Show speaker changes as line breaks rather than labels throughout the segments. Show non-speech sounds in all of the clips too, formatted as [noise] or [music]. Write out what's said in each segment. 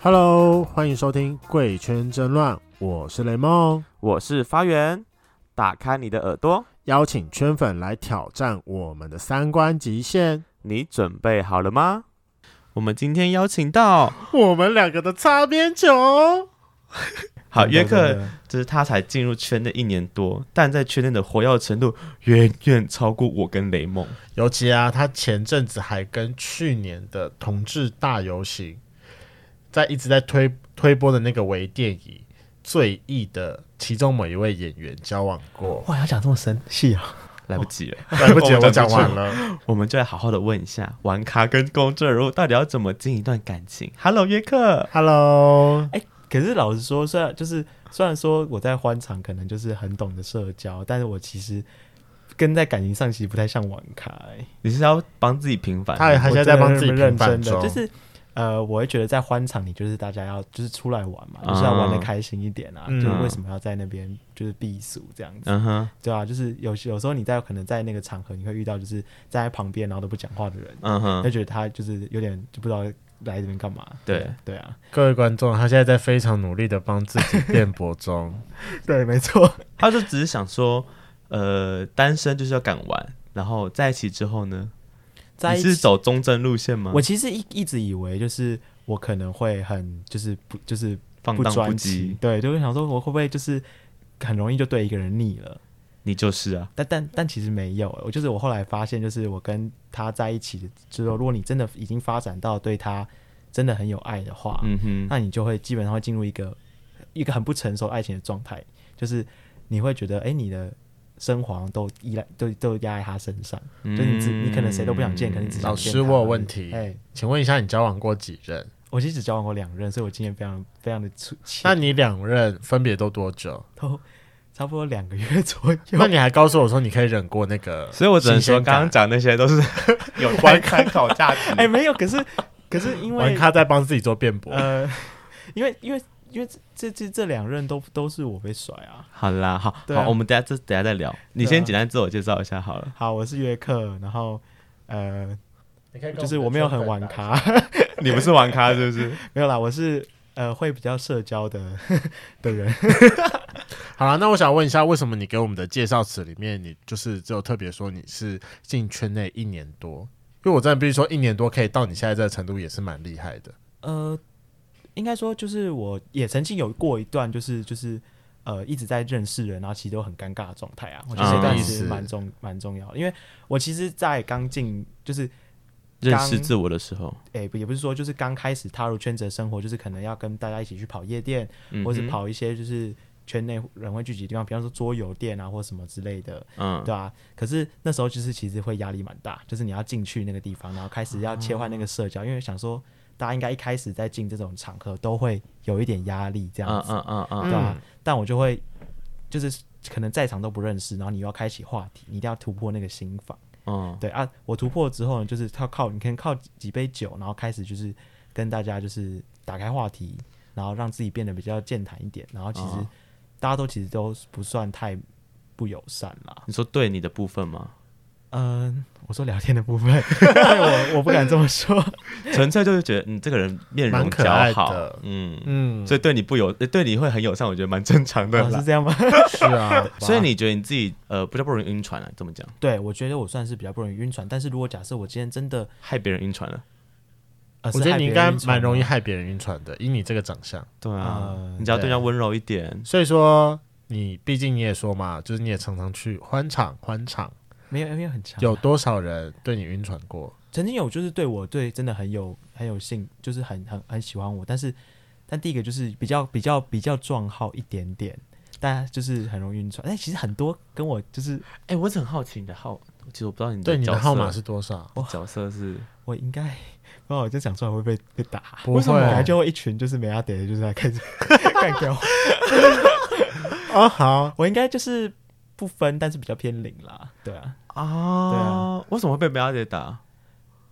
Hello，欢迎收听《贵圈争乱》，我是雷梦，
我是发源，打开你的耳朵，
邀请圈粉来挑战我们的三观极限。
你准备好了吗？我们今天邀请到
我们两个的擦边球，
好约克，就是他才进入圈内一年多，但在圈内的活跃程度远远超过我跟雷梦。
尤其啊，他前阵子还跟去年的同志大游行，在一直在推推播的那个微电影《醉意》的其中某一位演员交往 [laughs] 过，
哇，要讲这么深细啊！
来不及了，
来不及，
我
我
们
讲
讲
完
不
了。
我们就来好好的问一下，玩咖跟公众人物到底要怎么经营一段感情？Hello，约克，
Hello，
可是老实说，虽然就是虽然说我在欢场可能就是很懂得社交，但是我其实跟在感情上其实不太像网咖、欸
你是要帮自己平反？
他他现在在帮自己
我真的
平
认
反
真
中
的，就是呃，我会觉得在欢场里就是大家要就是出来玩嘛，就是要玩的开心一点啊，
嗯
就是为什么要在那边就是避暑这样子，
嗯哼，
对啊，就是有有时候你在可能在那个场合你会遇到就是站在旁边然后都不讲话的人，
嗯
就
哼，
觉得他就是有点就不知道来这边干嘛，
对
对啊，
各位观众，他现在在非常努力的帮自己辩驳中。
对，没错。
他就只是想说，呃，单身就是要敢玩，然后在一起之后呢，
在
你
一
是
起。
走中正路线吗？
我其实一一直以为就是我可能会很就是不就是
放
不
荡不
专情
羁，，
对，就会想说我会不会就是很容易就对一个人腻了。
你就是啊。
但但但其实没有，我就是我后来发现，就是我跟他在一起之后，如果你真的已经发展到对他真的很有爱的话，
嗯哼，
那你就会基本上会进入一个一个很不成熟爱情的状态，就是你会觉得，哎、你的生活好像都依赖都都压在他身上，就是你只你可能谁都不想见，
嗯
可能你只想
老
见
师
他
我有
而已
问题
哎、
请问一下，你交往过几任？
我其实只交往过两任，所以我经验非常非常的粗浅，
那你两任分别都多久？
都差不多两个月左右。
那你还告诉我说你可以忍过那个，
所以我只能
新
说，
鲜感
刚刚讲那些都是 [laughs] 有关参考价 [laughs] 值。
[laughs] 哎、没有，可是可是因
玩
为
咖在帮自己做辩驳。
呃， [laughs] 因为因为因为这这这这两任都都是我被甩啊。
好啦，好
对啊啊
好，我们等下这等下再聊。你先简单自我介绍一下
[laughs]
好了。
好，我是约克，然后呃，就是我没有很玩，咖， [laughs]
你不是玩咖是不是？
没有啦，我是呃会比较社交的 [laughs] 的人。
好了，那我想问一下，为什么你给我们的介绍词里面，你就是只有特别说你是进圈内一年多？因为我真的必须说，一年多可以到你现在这个程度，也是蛮厉害的。
呃，应该说就是我也曾经有过一段，就是就是呃一直在认识人，然后其实都很尴尬的状态啊。我觉得
啊
这段
意
其实
思
蛮重蛮重要的，因为我其实，在刚进就是
认识自我的时候，
诶、不也不是说就是刚开始踏入圈子的生活，就是可能要跟大家一起去跑夜店，
嗯
或是
哼，
跑一些就是圈内人会聚集的地方，比方说桌游店啊或什么之类的。
嗯，
对啊，可是那时候就是其实会压力蛮大，就是你要进去那个地方，然后开始要切换那个社交，因为想说大家应该一开始在进这种场合都会有一点压力这样
嗯
子，
嗯嗯嗯，
对啊，但我就会就是可能在场都不认识，然后你又要开启话题，你一定要突破那个心防。
嗯，
对啊，我突破之后呢，就是靠靠你可能靠几杯酒，然后开始就是跟大家就是打开话题，然后让自己变得比较健谈一点，然后其实
哦
大家都其实都不算太不友善啦。
你说对你的部分吗？
嗯，我说聊天的
[laughs]
部分，对我我不敢这么说。
纯粹就是觉得嗯你这个人面容
蛮可
姣
爱
好
的，
嗯，
嗯，
所以对你不友，呃对你会很友善，我觉得蛮正常的
哦
啦
是。这样吗？
是
[laughs]
啊，
所以你觉得你自己呃比较不容易晕船啊？怎么讲？
对，我觉得我算是比较不容易晕船，但是如果假设我今天真的，
害别人晕船了？
呃、
我觉
是
得
害
你
别
应
人
该
晕船
蛮容易
吗
害别人晕船的，以你这个长相。
对啊
嗯，
你只要对
对
人家温柔一点，
所以说，你毕竟你也说嘛，就是你也常常去欢场，欢场
没有没有很强，
有多少人对你晕船过？
曾经有就是对我对真的很有很有兴，就是很很很喜欢我，但是但第一个就是比较比较比较壮号一点点，但就是很容易晕船。哎但其实很多跟我就是
哎、我是很好奇你的号，其实我不知道你
对你
角
的
色
号码是多少？
角色是
我应该，不然我就讲出来会被被打。
不会啊
感觉就会一群就是没阿德的，就是来开始 [laughs] 干掉。
哦，好，
我应该就是不分，但是比较偏零啦。对啊，
啊
对
啊，为什么会被苗姐打？ [laughs]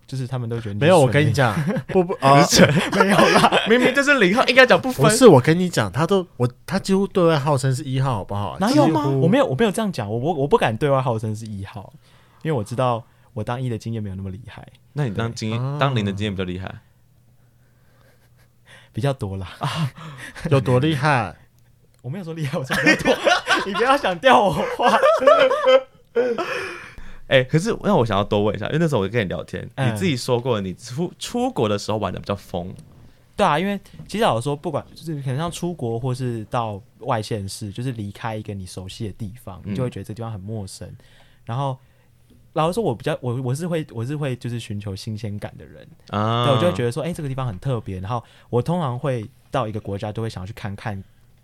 就是他们都觉得你
没有，
是
我跟你
纯零，
讲，
[laughs]
不不啊，
没有啦，明明就是零号，应该讲不
不是，我跟你讲，他都我他几乎对外号称是一号，好不好？
哪有
几
吗？
乎
我没有，我没有这样讲，我我我不敢对外号称是一号，因为我知道我当一的经验没有那么厉害。
那你当经
对
当零的经验比较厉害，
比较多
[laughs]
啦。
有多厉害？
我没有说厉害，我说比
[laughs]
较多。你不要想掉我 [laughs] 话。
哎、可是让我想要多问一下，因为那时候我跟你聊天，
嗯
你自己说过你出出国的时候玩的比较疯，
对啊，因为其实老实说，不管就是可能像出国或是到外县市，就是离开一个你熟悉的地方，
嗯
你就会觉得这地方很陌生。然后老实说，我比较我我是会我是会就是寻求新鲜感的人，
啊，
对我就会觉得说，哎、这个地方很特别。然后我通常会到一个国家，都会想要去看看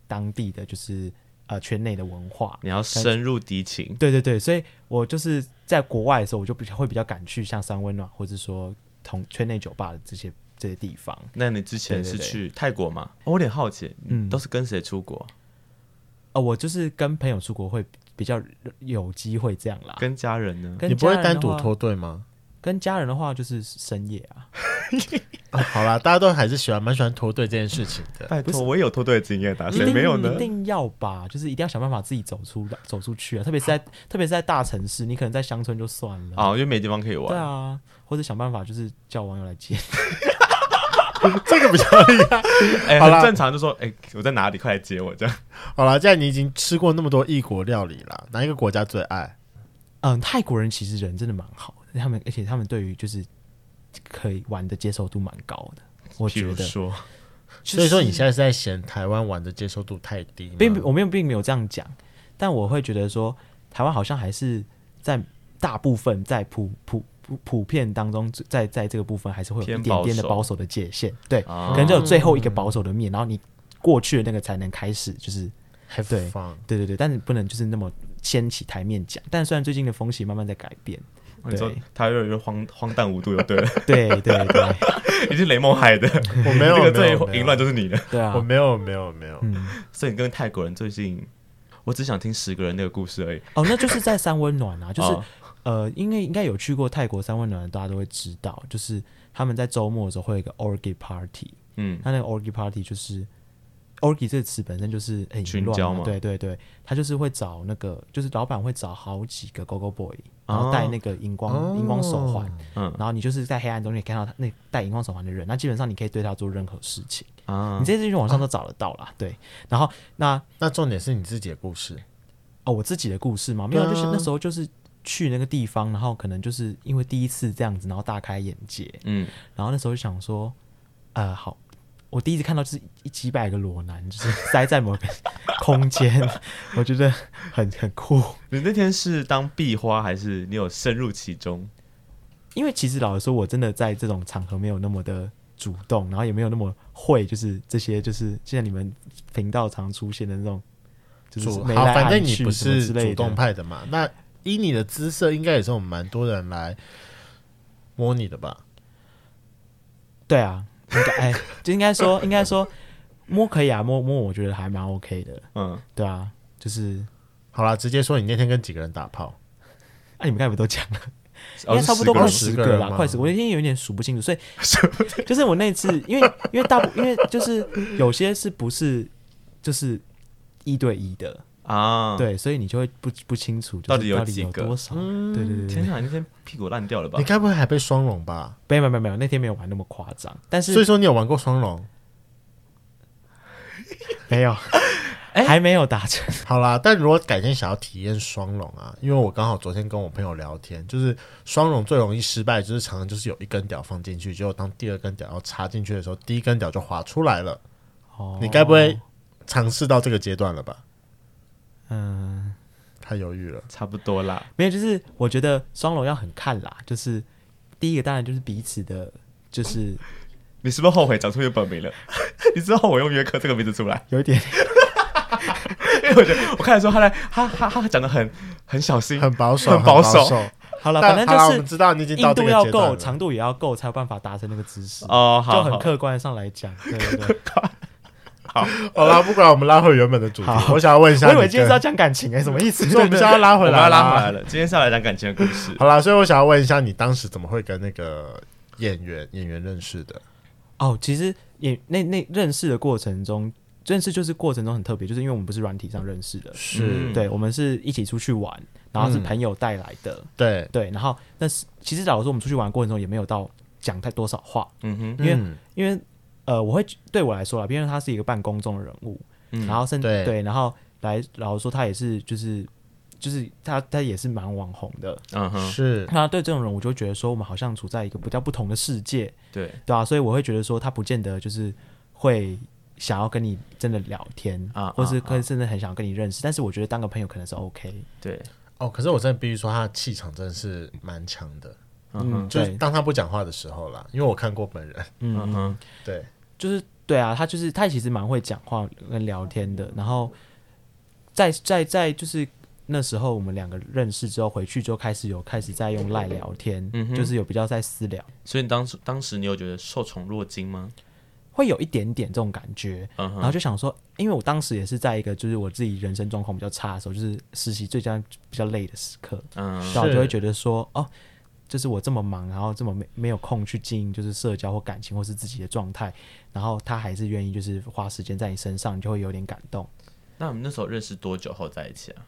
当地的就是呃圈内的文化。
你要深入敌情，
对对对，所以我就是在国外的时候，我就比较会比较敢去像三温暖，或者说同圈内酒吧的这些这些地方。
那你之前
对
是
对对
去泰国吗？哦我有点好奇，
嗯
你都是跟谁出国？
哦，我就是跟朋友出国会比较有机会这样啦。
跟家人呢？
[laughs] 跟
你不会
家人的
单独
话
脱队吗？
跟家人的话就是深夜啊，
啊好啦，大家都还是喜欢蛮喜欢脱队这件事情
[laughs]
的。
拜
不
托，
是
我也有脱队的经验的、啊，
一
谁
定
没有呢
一？定要吧，就是一定要想办法自己走出来，走出去啊。特别是在特别是在大城市，你可能在乡村就算了，
哦，因为没地方可以玩。
对啊，或者想办法就是叫网友来接。
这个比较 [laughs] 厉害。
哎、
好啦
很正常，就说哎、我在哪里，快来接我这样。
好啦，既然你已经吃过那么多异国料理啦，哪一个国家最爱？
[laughs] 嗯，泰国人其实人真的蛮好的，他们而且他们对于就是可以玩的接受度蛮高的，我
比
觉
如
得。
说，
就是
所以说你现在是在嫌台湾玩的接受度太低吗？
并我没有并没有这样讲，但我会觉得说，台湾好像还是在大部分在普普普普遍当中，在在这个部分还是会有
偏
一点点的
保守
保守的界限，对，
啊
可能只有最后一个保守的面，然后你过去的那个才能开始，就是
还
对
放
对对对，但是不能就是那么掀起台面讲。但虽然最近的风气慢慢在改变，
哦你说
对
他越来越荒荒诞无度，就对了， [laughs]
对对对
已经雷蒙害
[laughs]
的，
[laughs] 我没有
这个
没
最
有没有
淫乱就是你的。
对啊
我，没有没有没有，
嗯，
所以你跟泰国人最近，我只想听十个人那个故事而已。
哦，那就是在三温暖啊，就是
哦
呃，因为应该有去过泰国三温暖的，大家都会知道，就是他们在周末的时候会有一个 orgy party，
嗯，
那那个 orgy party 就是 orgy 这个词本身就是哎很
群
淫乱
交
嘛
嘛
对对对，他就是会找那个，就是老板会找好几个 go go boy，然
哦
后戴那个荧光、荧光手环，
嗯
然后你就是在黑暗中你可以看到他那戴荧光手环的人，那基本上你可以对他做任何事情，
啊
你，这些事情网上都找得到啦，对，然后那
那重点是你自己的故事。
哦，我自己的故事嘛，没有，
对啊
就是那时候就是去那个地方，然后可能就是因为第一次这样子，然后大开眼界，
嗯，
然后那时候就想说，呃，好，我第一次看到就是一几百个裸男，就是 [laughs] 塞在某个空间，我觉得很很酷。
你那天是当壁花，还是你有深入其中？
因为其实老实说，我真的在这种场合没有那么的主动，然后也没有那么会，就是这些就是现在你们频道常出现的那种，就是
主
眉
好，
来
反正
眼
你
去
不
什么
是
之类
主
的
动派的嘛，那以你的姿色，应该也是我们蛮多人来摸你的吧？
对啊，应该哎， [laughs] 就应该说，应该说摸可以啊，摸摸我觉得还蛮 OK 的，
嗯，
对啊，就是
好啦，直接说你那天跟几个人打炮，
啊，你们刚才不都讲了，应
哦
该
是
差不
个
十
多快
人
十
十
个
个
啦
人，吗
快十个，我今天有点数不清楚，所
[laughs]
以就是我那次，因为因为大部因为就是有些是不是就是一对一的，
个啊，，
对，所以你就会不不清楚就是
到
到
底
底
有
有
几个
多少，
嗯
对对对对
天，哪，你那天屁股烂掉了吧
你？该不会还被双龙吧？
没有没有没有，那天没有玩那么夸张，但
所以
是
说你有玩过双龙？
没有，
哎
还哎没有达成，
好啦，但如果改天想要体验双龙啊，因为我刚好昨天跟我朋友聊天，就是双龙最容易失败，就是常常就是有一根屌放进去，结果当第二根屌要插进去的时候，第一根屌就滑出来了。
哦
你该不会尝试到这个阶段了吧？
嗯。
太犹豫了。
差不多啦，
没有，就是我觉得双龙要很看啦，就是第一个当然就是彼此的，就是
[laughs] 你是不是后悔讲出你的本名了？ [laughs] 你知道我用约克这个名字出来？
有
[laughs]
一点
因为 [laughs] 我觉得我看的时候，他来，他他他讲的很很小心，
很保守，
[laughs] 很保守
守。
好了，
但
反正
好啦我们
就
知道你已
是
经到
硬
这
度
个
要
阶段
够，
了
长度也要够，才有办法达成那个姿势，
哦，好，
就很
好
客观上来讲，对
[laughs]
对对。
好啦，不管我们拉回原本的主
[laughs]
题，我想要问一下啊
我
你
以
跟，
为今天是要讲感情哎、什么意思？
[laughs] 所以我们现在要拉
我
回
们
来，
要拉回来。了。今天是要来讲感情的故
[laughs]
事。
好啦，所以我想要问一下，你当时怎么会跟那个演员演员认识的？
哦，其实也那那认识的过程中，认识就是过程中很特别，就是因为我们不是软体上认识的，
是嗯
对我们是一起出去玩，然后是
嗯
朋友带来的，
对，
对，然后但是其实老实说，我们出去玩的过程中也没有到讲太多少话，
嗯哼，
因为
嗯
因为呃，我会对我来说啦，毕竟他是一个半公众的人物，
嗯
然后甚至
对
对，然后来老实说，他也是就是就是他他也是蛮网红的。
嗯哼，
是
那对这种人，我就觉得说，我们好像处在一个比较不同的世界，
对
对啊，所以我会觉得说，他不见得就是会想要跟你真的聊天
啊
或是
啊啊
跟甚至很想跟你认识，但是我觉得当个朋友可能是 OK。
对，
哦，可是我真的必须说，他的气场真的是蛮强的，
嗯哼，
就是
对，
当他不讲话的时候啦，因为我看过本人， [laughs]
嗯哼，
对，
就是对啊，他就是他其实蛮会讲话跟聊天的。然后在在在就是那时候我们两个认识之后，回去就开始有开始在用赖聊天，
嗯哼
就是有比较在私聊，
所以你当时当时你有觉得受宠若惊吗？
会有一点点这种感觉。
嗯
然后
哼，
就想说，因为我当时也是在一个就是我自己人生状况比较差的时候，就是实习最佳比较累的时刻，
嗯
然后我
是
就会觉得说，哦，就是我这么忙，然后这么没没有空去经营，就是社交或感情或是自己的状态，然后他还是愿意就是花时间在你身上，你就会有点感动。
那我们那时候认识多久后在一起啊？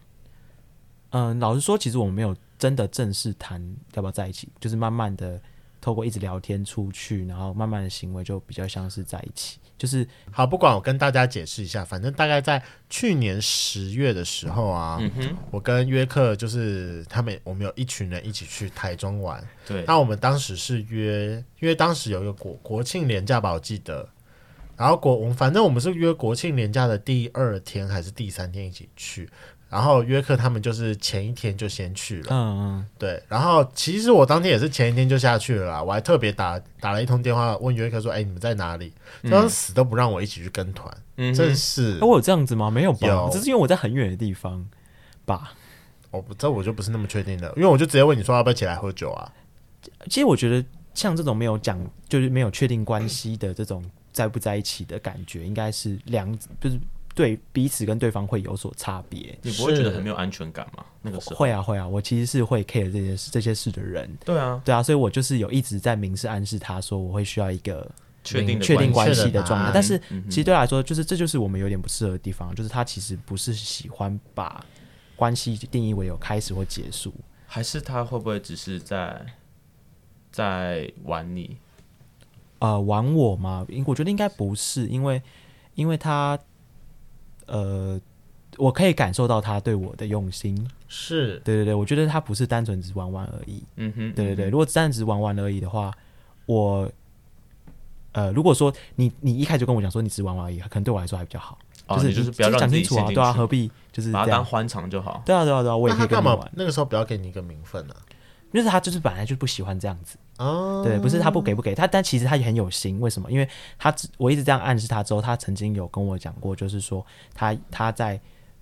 嗯，老实说，其实我们没有真的正式谈要不要在一起，就是慢慢的透过一直聊天出去，然后慢慢的行为就比较像是在一起，就是
好，不管我跟大家解释一下，反正大概在去年十月的时候啊，
嗯哼，
我跟约克就是他们，我们有一群人一起去台中玩。
对，
啊
那我们当时是约，因为当时有一个国国庆连假吧，我记得。然后国，我们反正我们是约国庆连假的第二天还是第三天一起去。然后约克他们就是前一天就先去了，
嗯
对。然后其实我当天也是前一天就下去了啦，我还特别打打了一通电话问约克说：“哎，你们在哪里？”他死都不让我一起去跟团，
嗯
真
哼，
是
嗯，哎，。我有这样子吗？没有吧
有，
只是因为我在很远的地方吧。
我不，这我就不是那么确定了，因为我就直接问你说要不要起来喝酒啊？
其实我觉得像这种没有讲，就是没有确定关系的这种在不在一起的感觉，应该是两就是对彼此跟对方会有所差别。
你不会觉
是
得很没有安全感吗？那个时候，
会啊会啊，我其实是会 care 这些事这些事的人，
对啊，
对啊，所以我就是有一直在明示暗示他说我会需要一个
确定的
确定
关
关
系
系
的
的状
答
态
案，
但是
嗯哼
其实对他来说，就是这就是我们有点不适合的地方，就是他其实不是喜欢把关系定义为有开始或结束，
还是他会不会只是在在玩你？
呃，玩我吗？因我觉得应该不是，因为因为他呃，我可以感受到他对我的用心，
是，
对对对，我觉得他不是单纯只玩玩而已，
嗯哼，
对对对，
嗯
如果单只玩玩而已的话，我呃，如果说你你一开始就跟我讲说你只玩玩而已，可能对我来说还比较好，
哼，哦，
就是
你就是
你
不要让
讲
自
清
己
楚
陷
啊，
进
对啊，
去
何必就是
把
这
它当
样？
欢场就好。
对啊对啊对啊，我也
那
可
他
以
干
跟你
嘛
玩，
那个时候不要给你一个名分呢、
就是他就是本来就不喜欢这样子。
啊？哦，
对，不是他不给不给他，但其实他也很有心。为什么？因为他只我一直这样暗示他之后，他曾经有跟我讲过，就是说他他在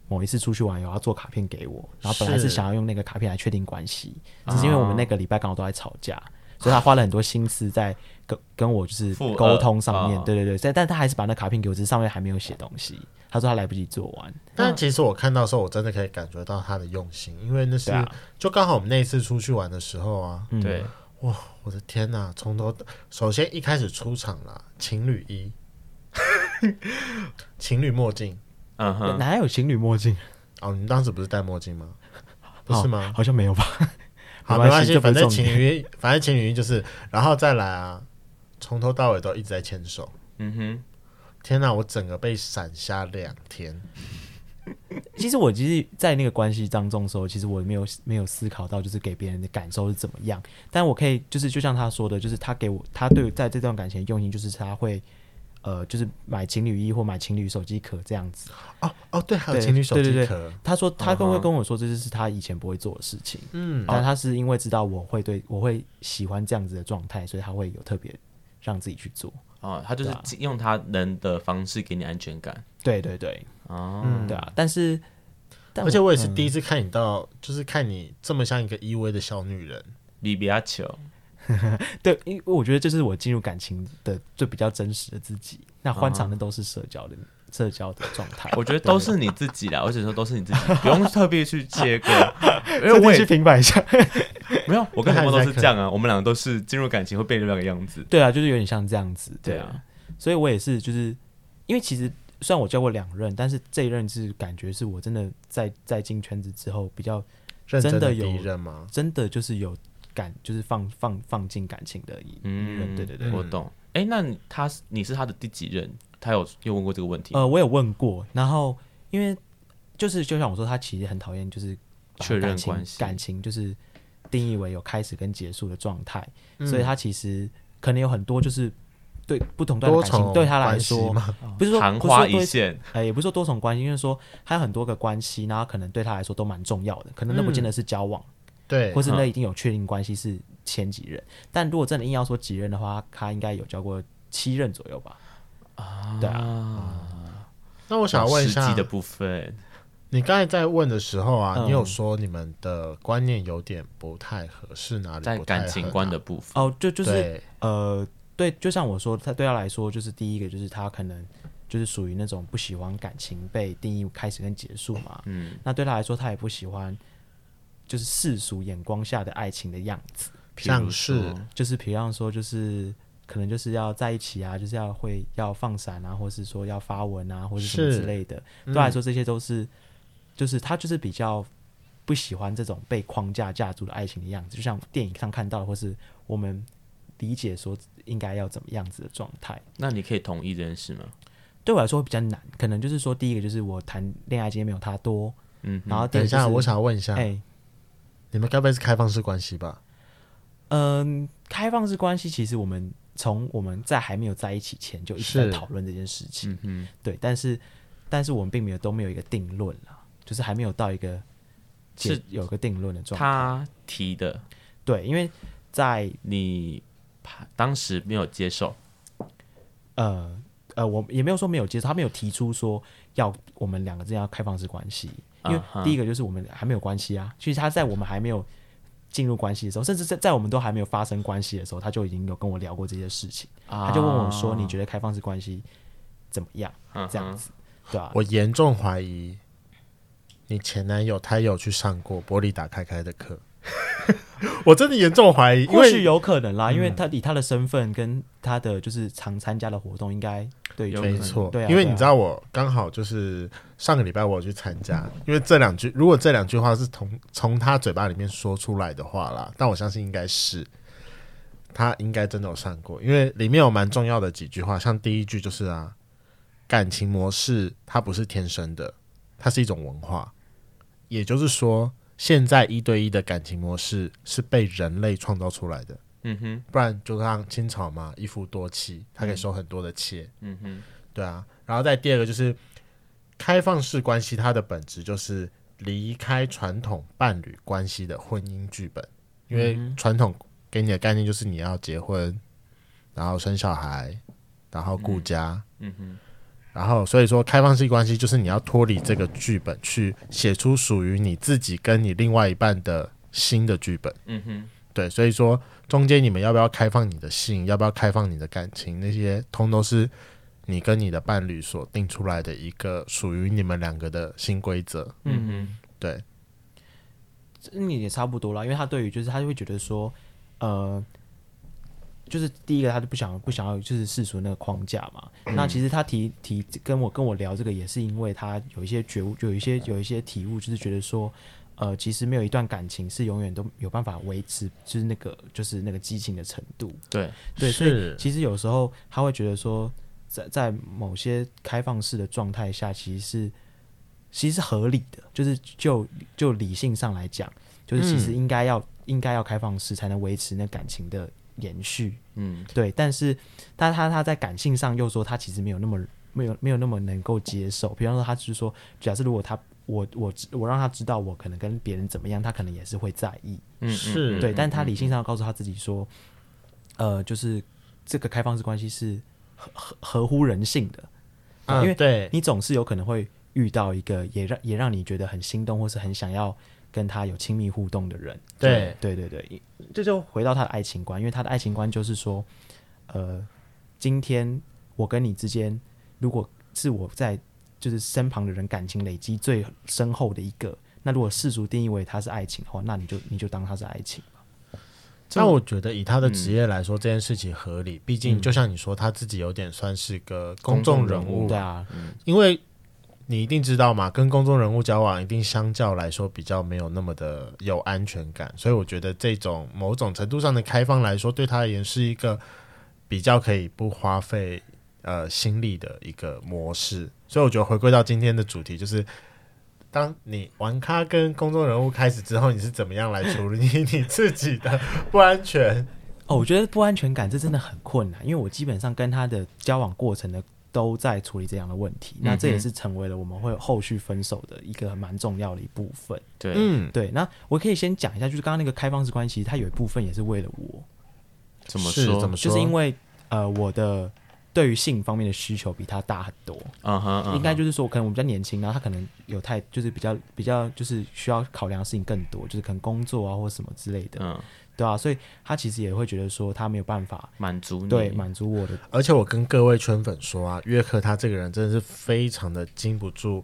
某一次出去玩有要做卡片给我，然后本来是
是哦
想要用那个卡片来确定关系，只是因为我们那个礼拜刚好都在吵架，所以他花了很多心思在跟跟我就是
负
沟
二
通上面
哦
啊。
对对对，但但他还是把那卡片给我，只是上面还没有写东西。他说他来不及做完。
但其实我看到的时候，我真的可以感觉到他的用心，因为那是、
对啊
就刚好我们那一次出去玩的时候啊，
嗯
对，
我的天呐、从头首先一开始出场啦，情侣衣， [laughs] 情侣墨镜。
嗯哼，
哪有情侣墨镜？
哦，你们当时不是戴墨镜
[laughs]
吗？不
好
是吗？
好像没有吧？
好，
没
没
关
关
系
系，
这不
反
是
正
重
情侣衣，反正情侣衣就是，然后再来啊，从头到尾都一直在牵手。
嗯哼，
天呐、我整个被闪瞎两天。
其实我其实，在那个关系当中的时候，其实我没有没有思考到，就是给别人的感受是怎么样。但我可以，就是就像他说的，就是他给我，他对我在这段感情的用心，就是他会，呃，就是买情侣衣或买情侣手机壳这样子。
哦哦，对，还有
对
情侣手
对对
机
对
壳。
他说，他跟
嗯
会
哼
跟我说，这就是他以前不会做的事情。
嗯，
但他是因为知道我会对我会喜欢这样子的状态，所以他会有特别让自己去做。
哦，他就是
对啊
尽用他能的方式给你安全感。
对对对，
哦，
嗯
对啊。但是，但
而且我也是
嗯
第一次看你到，就是看你这么像一个 EV 的小女人。
比比亚球，
对，因为我觉得这是我进入感情的最比较真实的自己。那欢场那都是社交的、社交的状态，
[laughs]
啊
我觉得都是你自己
[laughs]
啦。我只能说都是你自己，不用特别去切割，因为
因
我
去
也
平反一下。 [laughs]
没有，我跟
那
他
还
们都
在
是这样啊。我们两个都是进入感情会变成那个样子。
对啊，就是有点像这样子。
对
对
啊
啊，所以我也是，就是因为其实虽然我交过两任，但是这一任是感觉是我真的在在进圈子之后比较
认
真
的
的有
敌人吗？
真的就是有感，就是放放放进感情的一一
嗯，
任。对对对，
我懂。哎，那你他是你是他的第几任？他有有问过这个问题？
呃，我有问过，然后因为就是就像我说，他其实很讨厌就是把
确认
感情
关系
感情就是定义为有开始跟结束的状态，
嗯
嗯
所以他其实可能有很多就是对不同段的
多
感
重
情对他来
关系
说，
嘛，
[laughs] 不是说
昙
不是说
花
对
一现，
呃，也不是说多重关系，因为说还有很多个关系，然后可能对他来说都蛮重要的，可能那不见
嗯
得是交往，
对
或，是那已经有确定关系是前几任，但如果真的硬要说几任的话，他应该有交过七任左右吧？对
啊，
那我想问一
哦实
下
际的，部分，
你刚才在问的时候啊，
嗯
你有说你们的观念有点不太合适，哪里
在
不太
感情
合
观
哪
的部分，
哦，就就是
对
呃，对，就像我说，他对他来说，就是第一个就是他可能就是属于那种不喜欢感情被定义开始跟结束嘛。
嗯，
那对他来说，他也不喜欢就是世俗眼光下的爱情的样子，
比如
像是
说
就是比方说就是。可能就是要在一起啊，就是要会要放闪啊，或是说要发文啊，或是什么
是嗯
之类的。对他来说，这些都是，就是他就是比较不喜欢这种被框架架住的爱情的样子，就像电影上看到的，或是我们理解说应该要怎么样子的状态。
那你可以同意这件事吗？
对我来说会比较难，可能就是说，第一个就是我谈恋爱经验没有他多，
嗯哼，
然后第
等
二
一
个就是、
下，我想问一下
哎、，
你们该不会是开放式关系吧？
嗯，开放式关系其实我们从我们在还没有在一起前就一直
是
在讨论这件事情，
嗯哼，
对，但是但是我们并没有都没有一个定论啦，就是还没有到一个解
是
有个定论的状态，
他提的，
对，因为在
你怕当时没有接受，
呃呃，我也没有说没有接受，他没有提出说要我们两个之间要开放式关系，因为
啊哈
第一个就是我们还没有关系啊。其实他在我们还没有进入关系的时候，甚至在在我们都还没有发生关系的时候，他就已经有跟我聊过这些事情。
他
他就问我
啊
说：“你觉得开放式关系怎么样？”
啊
这样子，对啊，
嗯我严重怀疑你前男友他有去上过玻璃打开开的
[laughs]
课，我真的严重怀疑，因
或许
为嗯
有可能啦，因为他以他的身份跟他的就是常参加的活动，应该对于
有可
没
能
错
对啊，
因为
对啊
你知道我刚好就是上个礼拜我有去参加，
嗯
因为这两句如果这两句话是从从他嘴巴里面说出来的话啦，但我相信应该是。他应该真的有上过，因为里面有蛮重要的几句话，像第一句就是啊，感情模式它不是天生的，它是一种文化。也就是说，现在一对一的感情模式是被人类创造出来的。
嗯哼，
不然就像清朝嘛，一夫多妻，他可以收很多的妾，
嗯哼，
对啊。然后再第二个就是开放式关系，它的本质就是离开传统伴侣关系的婚姻剧本，因为
嗯
传统给你的概念就是你要结婚，然后生小孩，然后顾家，
嗯哼，
然后，所以说开放式关系就是你要脱离这个剧本，去写出属于你自己跟你另外一半的新的剧本。
嗯哼，
对，所以说中间你们要不要开放你的性，要不要开放你的感情，那些通都是你跟你的伴侣所定出来的一个属于你们两个的新规则。
嗯哼，
对，
嗯你也差不多啦，因为他对于就是他就会觉得说，呃，就是第一个他就不想不想要就是世俗那个框架嘛。
嗯
那其实他提提跟我跟我聊这个也是因为他有一些觉悟，就有一些有一些体悟，就是觉得说，呃，其实没有一段感情是永远都有办法维持，就是那个就是那个激情的程度。
对，
对，所以
是
其实有时候他会觉得说，在在某些开放式的状态下，其实是其实是合理的，就是就就理性上来讲，就是其实应该要、应该要开放式才能维持那感情的延续。
嗯，
对，但是他他他在感性上又说他其实没有那么没有没有那么能够接受，比方说他就是说，假设如果他我我我让他知道我可能跟别人怎么样，他可能也是会在意。
嗯
是
嗯
对，
嗯
但他理性上告诉他自己说，呃，就是这个开放式关系是合合合乎人性的，
嗯
因为
对，
你总是有可能会遇到一个也让也让你觉得很心动，或是很想要跟他有亲密互动的人。
对
对对对，这就回到他的爱情观，因为他的爱情观就是说，呃，今天我跟你之间，如果是我在就是身旁的人感情累积最深厚的一个，那如果世俗定义为他是爱情的话，那你就你就当他是爱情。
但我觉得以他的职业来说，这件事情合理。毕竟，就像你说，他自己有点算是个嗯公众人
哦
物，
对啊，
因为你一定知道嘛，跟公众人物交往，一定相较来说比较没有那么的有安全感，所以我觉得这种某种程度上的开放来说，对他而言是一个比较可以不花费呃心力的一个模式。所以我觉得回归到今天的主题，就是当你玩咖跟公众人物开始之后，你是怎么样来处理你自己的不安全？
哦，我觉得不安全感这真的很困难，因为我基本上跟他的交往过程呢都在处理这样的问题，那这
嗯
也是成为了我们会后续分手的一个蛮重要的一部分。
对，
嗯，
对，那我可以先讲一下，就是刚刚那个开放式关系，它有一部分也是为了我，
怎么
是
说？
怎么
就
说？
是因为呃我的对于性方面的需求比他大很多，
嗯哼，嗯哼
应该就是说，可能我比较年轻，然后他可能有太就是比较比较就是需要考量的事情更多，就是可能工作啊或什么之类的，
嗯
对啊，所以他其实也会觉得说他没有办法
满足你，
对满足我的
而且我跟各位圈粉说啊，约克他这个人真的是非常的经不住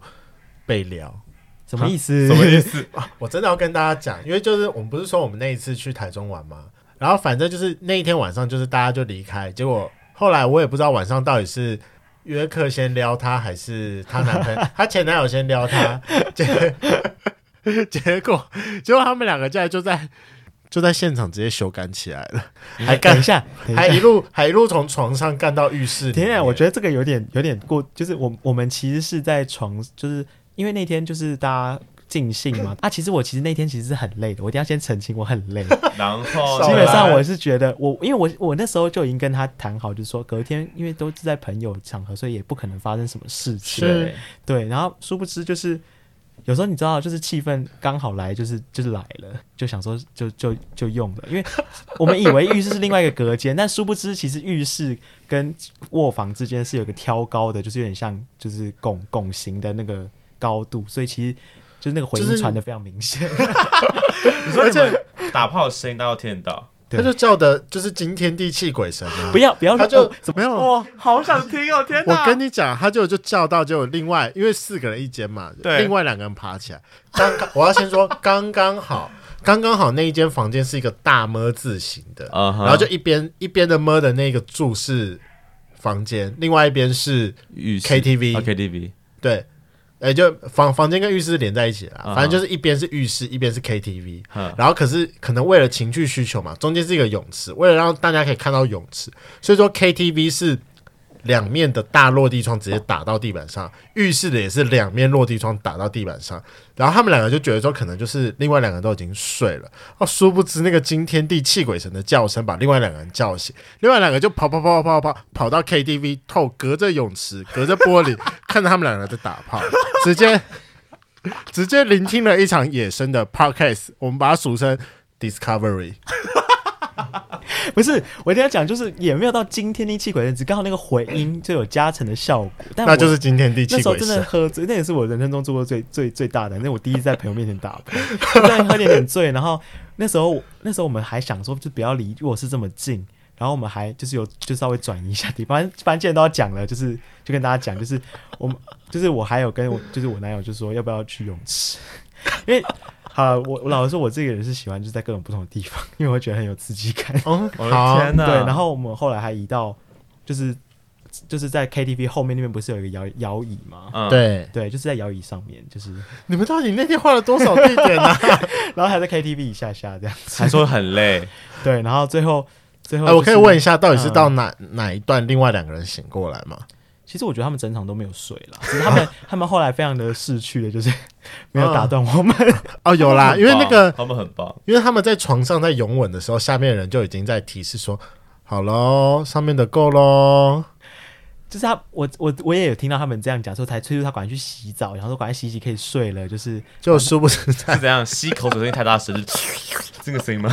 被聊。
[laughs] 什么意思？
思啊？我真的要跟大家讲，因为就是我们不是说我们那一次去台中玩吗？然后反正就是那一天晚上，就是大家就离开，结果后来我也不知道晚上到底是约克先撩她，还是她男朋友， [laughs] 她前男友先撩她，结结果结果他们两个竟然就在就在现场直接修改起来了，还
等
干
一下，哎等一
还一
下。
路还一路从床上干到浴室里面。
天啊，我觉得这个有点有点过，就是我我们其实是在床，就是因为那天就是大家尽兴 [laughs] 嘛。啊，其实我其实那天其实是很累的，我一定要先澄清，我很 [laughs] 累。
然后
少
基
来
本上我是觉得我，因为我我那时候就已经跟他谈好，就是说隔天因为都是在朋友场合，所以也不可能发生什么事情。
是
对，然后殊不知就是有时候你知道，就是气氛刚好来，就是就是来了，就想说就就就用了，因为我们以为浴室是另外一个隔间，但殊不知其实浴室跟卧房之间是有一个挑高的，就是有点像就是拱拱形的那个高度，所以其实就是那个回
就
音
是
传的非常
[laughs]
明显。
你说你们打炮的声音大家都听得到，
他就叫的就是惊天地泣鬼神啊！
不要不要，
他就
哦怎么
没有
哇，好想听哦！天
我跟你讲，他就就叫到，就有另外因为四个人一间嘛，
对
另外两个人爬起来。刚刚我要先说，刚刚好，刚刚好那一间房间是一个大么字形的，
啊
嗯哼
然后就一边一边的么的那个柱是房间，另外一边是
浴室
KTV，、
啊 KTV，
对，哎、就房房间跟浴室是连在一起啦，
嗯哼
反正就是一边是浴室，一边是 KTV，
嗯
然后可是可能为了情趣需求嘛，中间是一个泳池，为了让大家可以看到泳池，所以说 KTV 是两面的大落地窗直接打到地板上，浴室的也是两面落地窗打到地板上，然后他们两个就觉得说可能就是另外两个都已经睡了，哦，殊不知那个惊天地泣鬼神的叫声把另外两个人叫醒，另外两个就跑跑跑跑跑跑跑到 KTV 透，隔着泳池，隔着玻璃 [laughs] 看着他们两个在打炮，直接。直接聆听了一场野生的 podcast，我们把它俗称 Discovery。
哎不是，我一定要讲，就是也没有到惊天地泣鬼神，只刚好那个回音就有加成的效果。但
那
我
就是今天第
那
七
时候
鬼
真的
神。
喝醉，那也是我人生中做过最最最大的。那我第一次在朋友面前打牌，就突然喝点点醉，然后那时候那时候我们还想说，就不要离卧室这么近。然后我们还就是有就稍微转移一下地方，反正反正既然都要讲了，就是就跟大家讲，就是我们就是我还有跟我就是我男友就说要不要去泳池，因为好了我我老实说，我这个人是喜欢就是在各种不同的地方，因为我会觉得很有刺激感。
哦，
我
好
的，天哪！
对，然后我们后来还移到，就是就是在 KTV 后面那边不是有一个摇摇椅吗？
嗯，
对，
对，就是在摇椅上面，就是，
你们到底那天花了多少地点啊 [laughs] 呢、
然后还在 KTV 一下下这样子。
还说很累，
对，然后最后最后、
哎，我可以问一，下，到底是
嗯
到哪、哪一段另外两个人醒过来吗？
其实我觉得他们整场都没有睡啦，只是
[laughs]
他们他们后来非常的逝去的，就是没有
嗯
打断我们。 [laughs]
哦，有啦，因为那个，
他们很棒，
因为他们在床上在拥吻的时候，下面的人就已经在提示说，好喽，上面的够喽。
就是他，我我我也有听到他们这样讲，说才催促他赶快去洗澡，然后说赶快洗洗可以睡了，就是
就殊不知在
是怎样？吸口水声音太大声，就是 [laughs] 这个声音吗？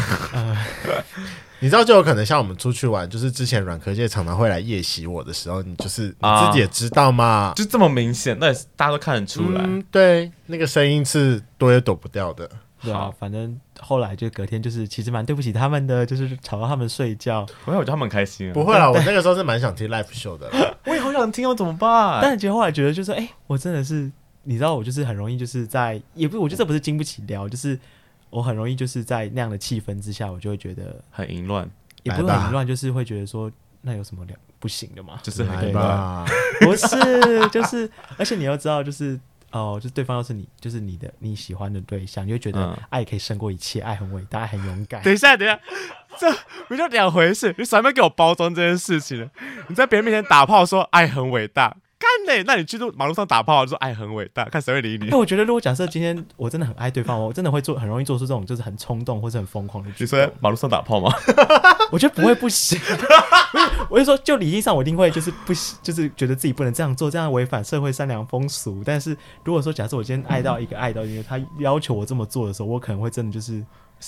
你知道，就有可能像我们出去玩，就是之前软科界常常会来夜袭我的时候，你就是你自己也知道嘛。
就这么明显，那也是大家都看得出来。
嗯，对，那个声音是躲也躲不掉的。
对啊
好，
反正后来就隔天就是其实蛮对不起他们的，就是吵到他们睡觉。
不会，我觉得他们很开心啊。
不会啦，我那个时候是蛮想听 live show 的啦。
我也好想听哦，怎么办？
但其实后来觉得就是，哎、我真的是，你知道，我就是很容易就是在，也不，我觉得这不是经不起聊，就是我很容易就是在那样的气氛之下，我就会觉得
很淫乱，
也不是
来吧
很乱，就是会觉得说，那有什么了 [laughs] 不行的嘛？
就是很
来
淫
对
乱。
吧，
不是，就是，而且你要知道，就是哦，就是对方要是你，就是你的你喜欢的对象，你会觉得
嗯
爱可以胜过一切，爱很伟大，爱很勇敢。
等一下，等一下，这不就两回事？你甩面给我包装这件事情了？你在别人面前打炮说爱很伟大，干嘞？那你去路马路上打炮说爱很伟大，看谁会理你
但？我觉得，如果假设今天我真的很爱对方，我真的会做，很容易做出这种就是很冲动或是很疯狂的举
[laughs] 你
动
说。在马路上打 [laughs] 炮吗？
我觉得不会不 [laughs] 行，不是，我就说就理性上我一定会就是不行，就是觉得自己不能这样做，这样违反社会善良风俗。但是如果说假设我今天爱到一个爱到一个他要求我这么做的时候，我可能会真的就是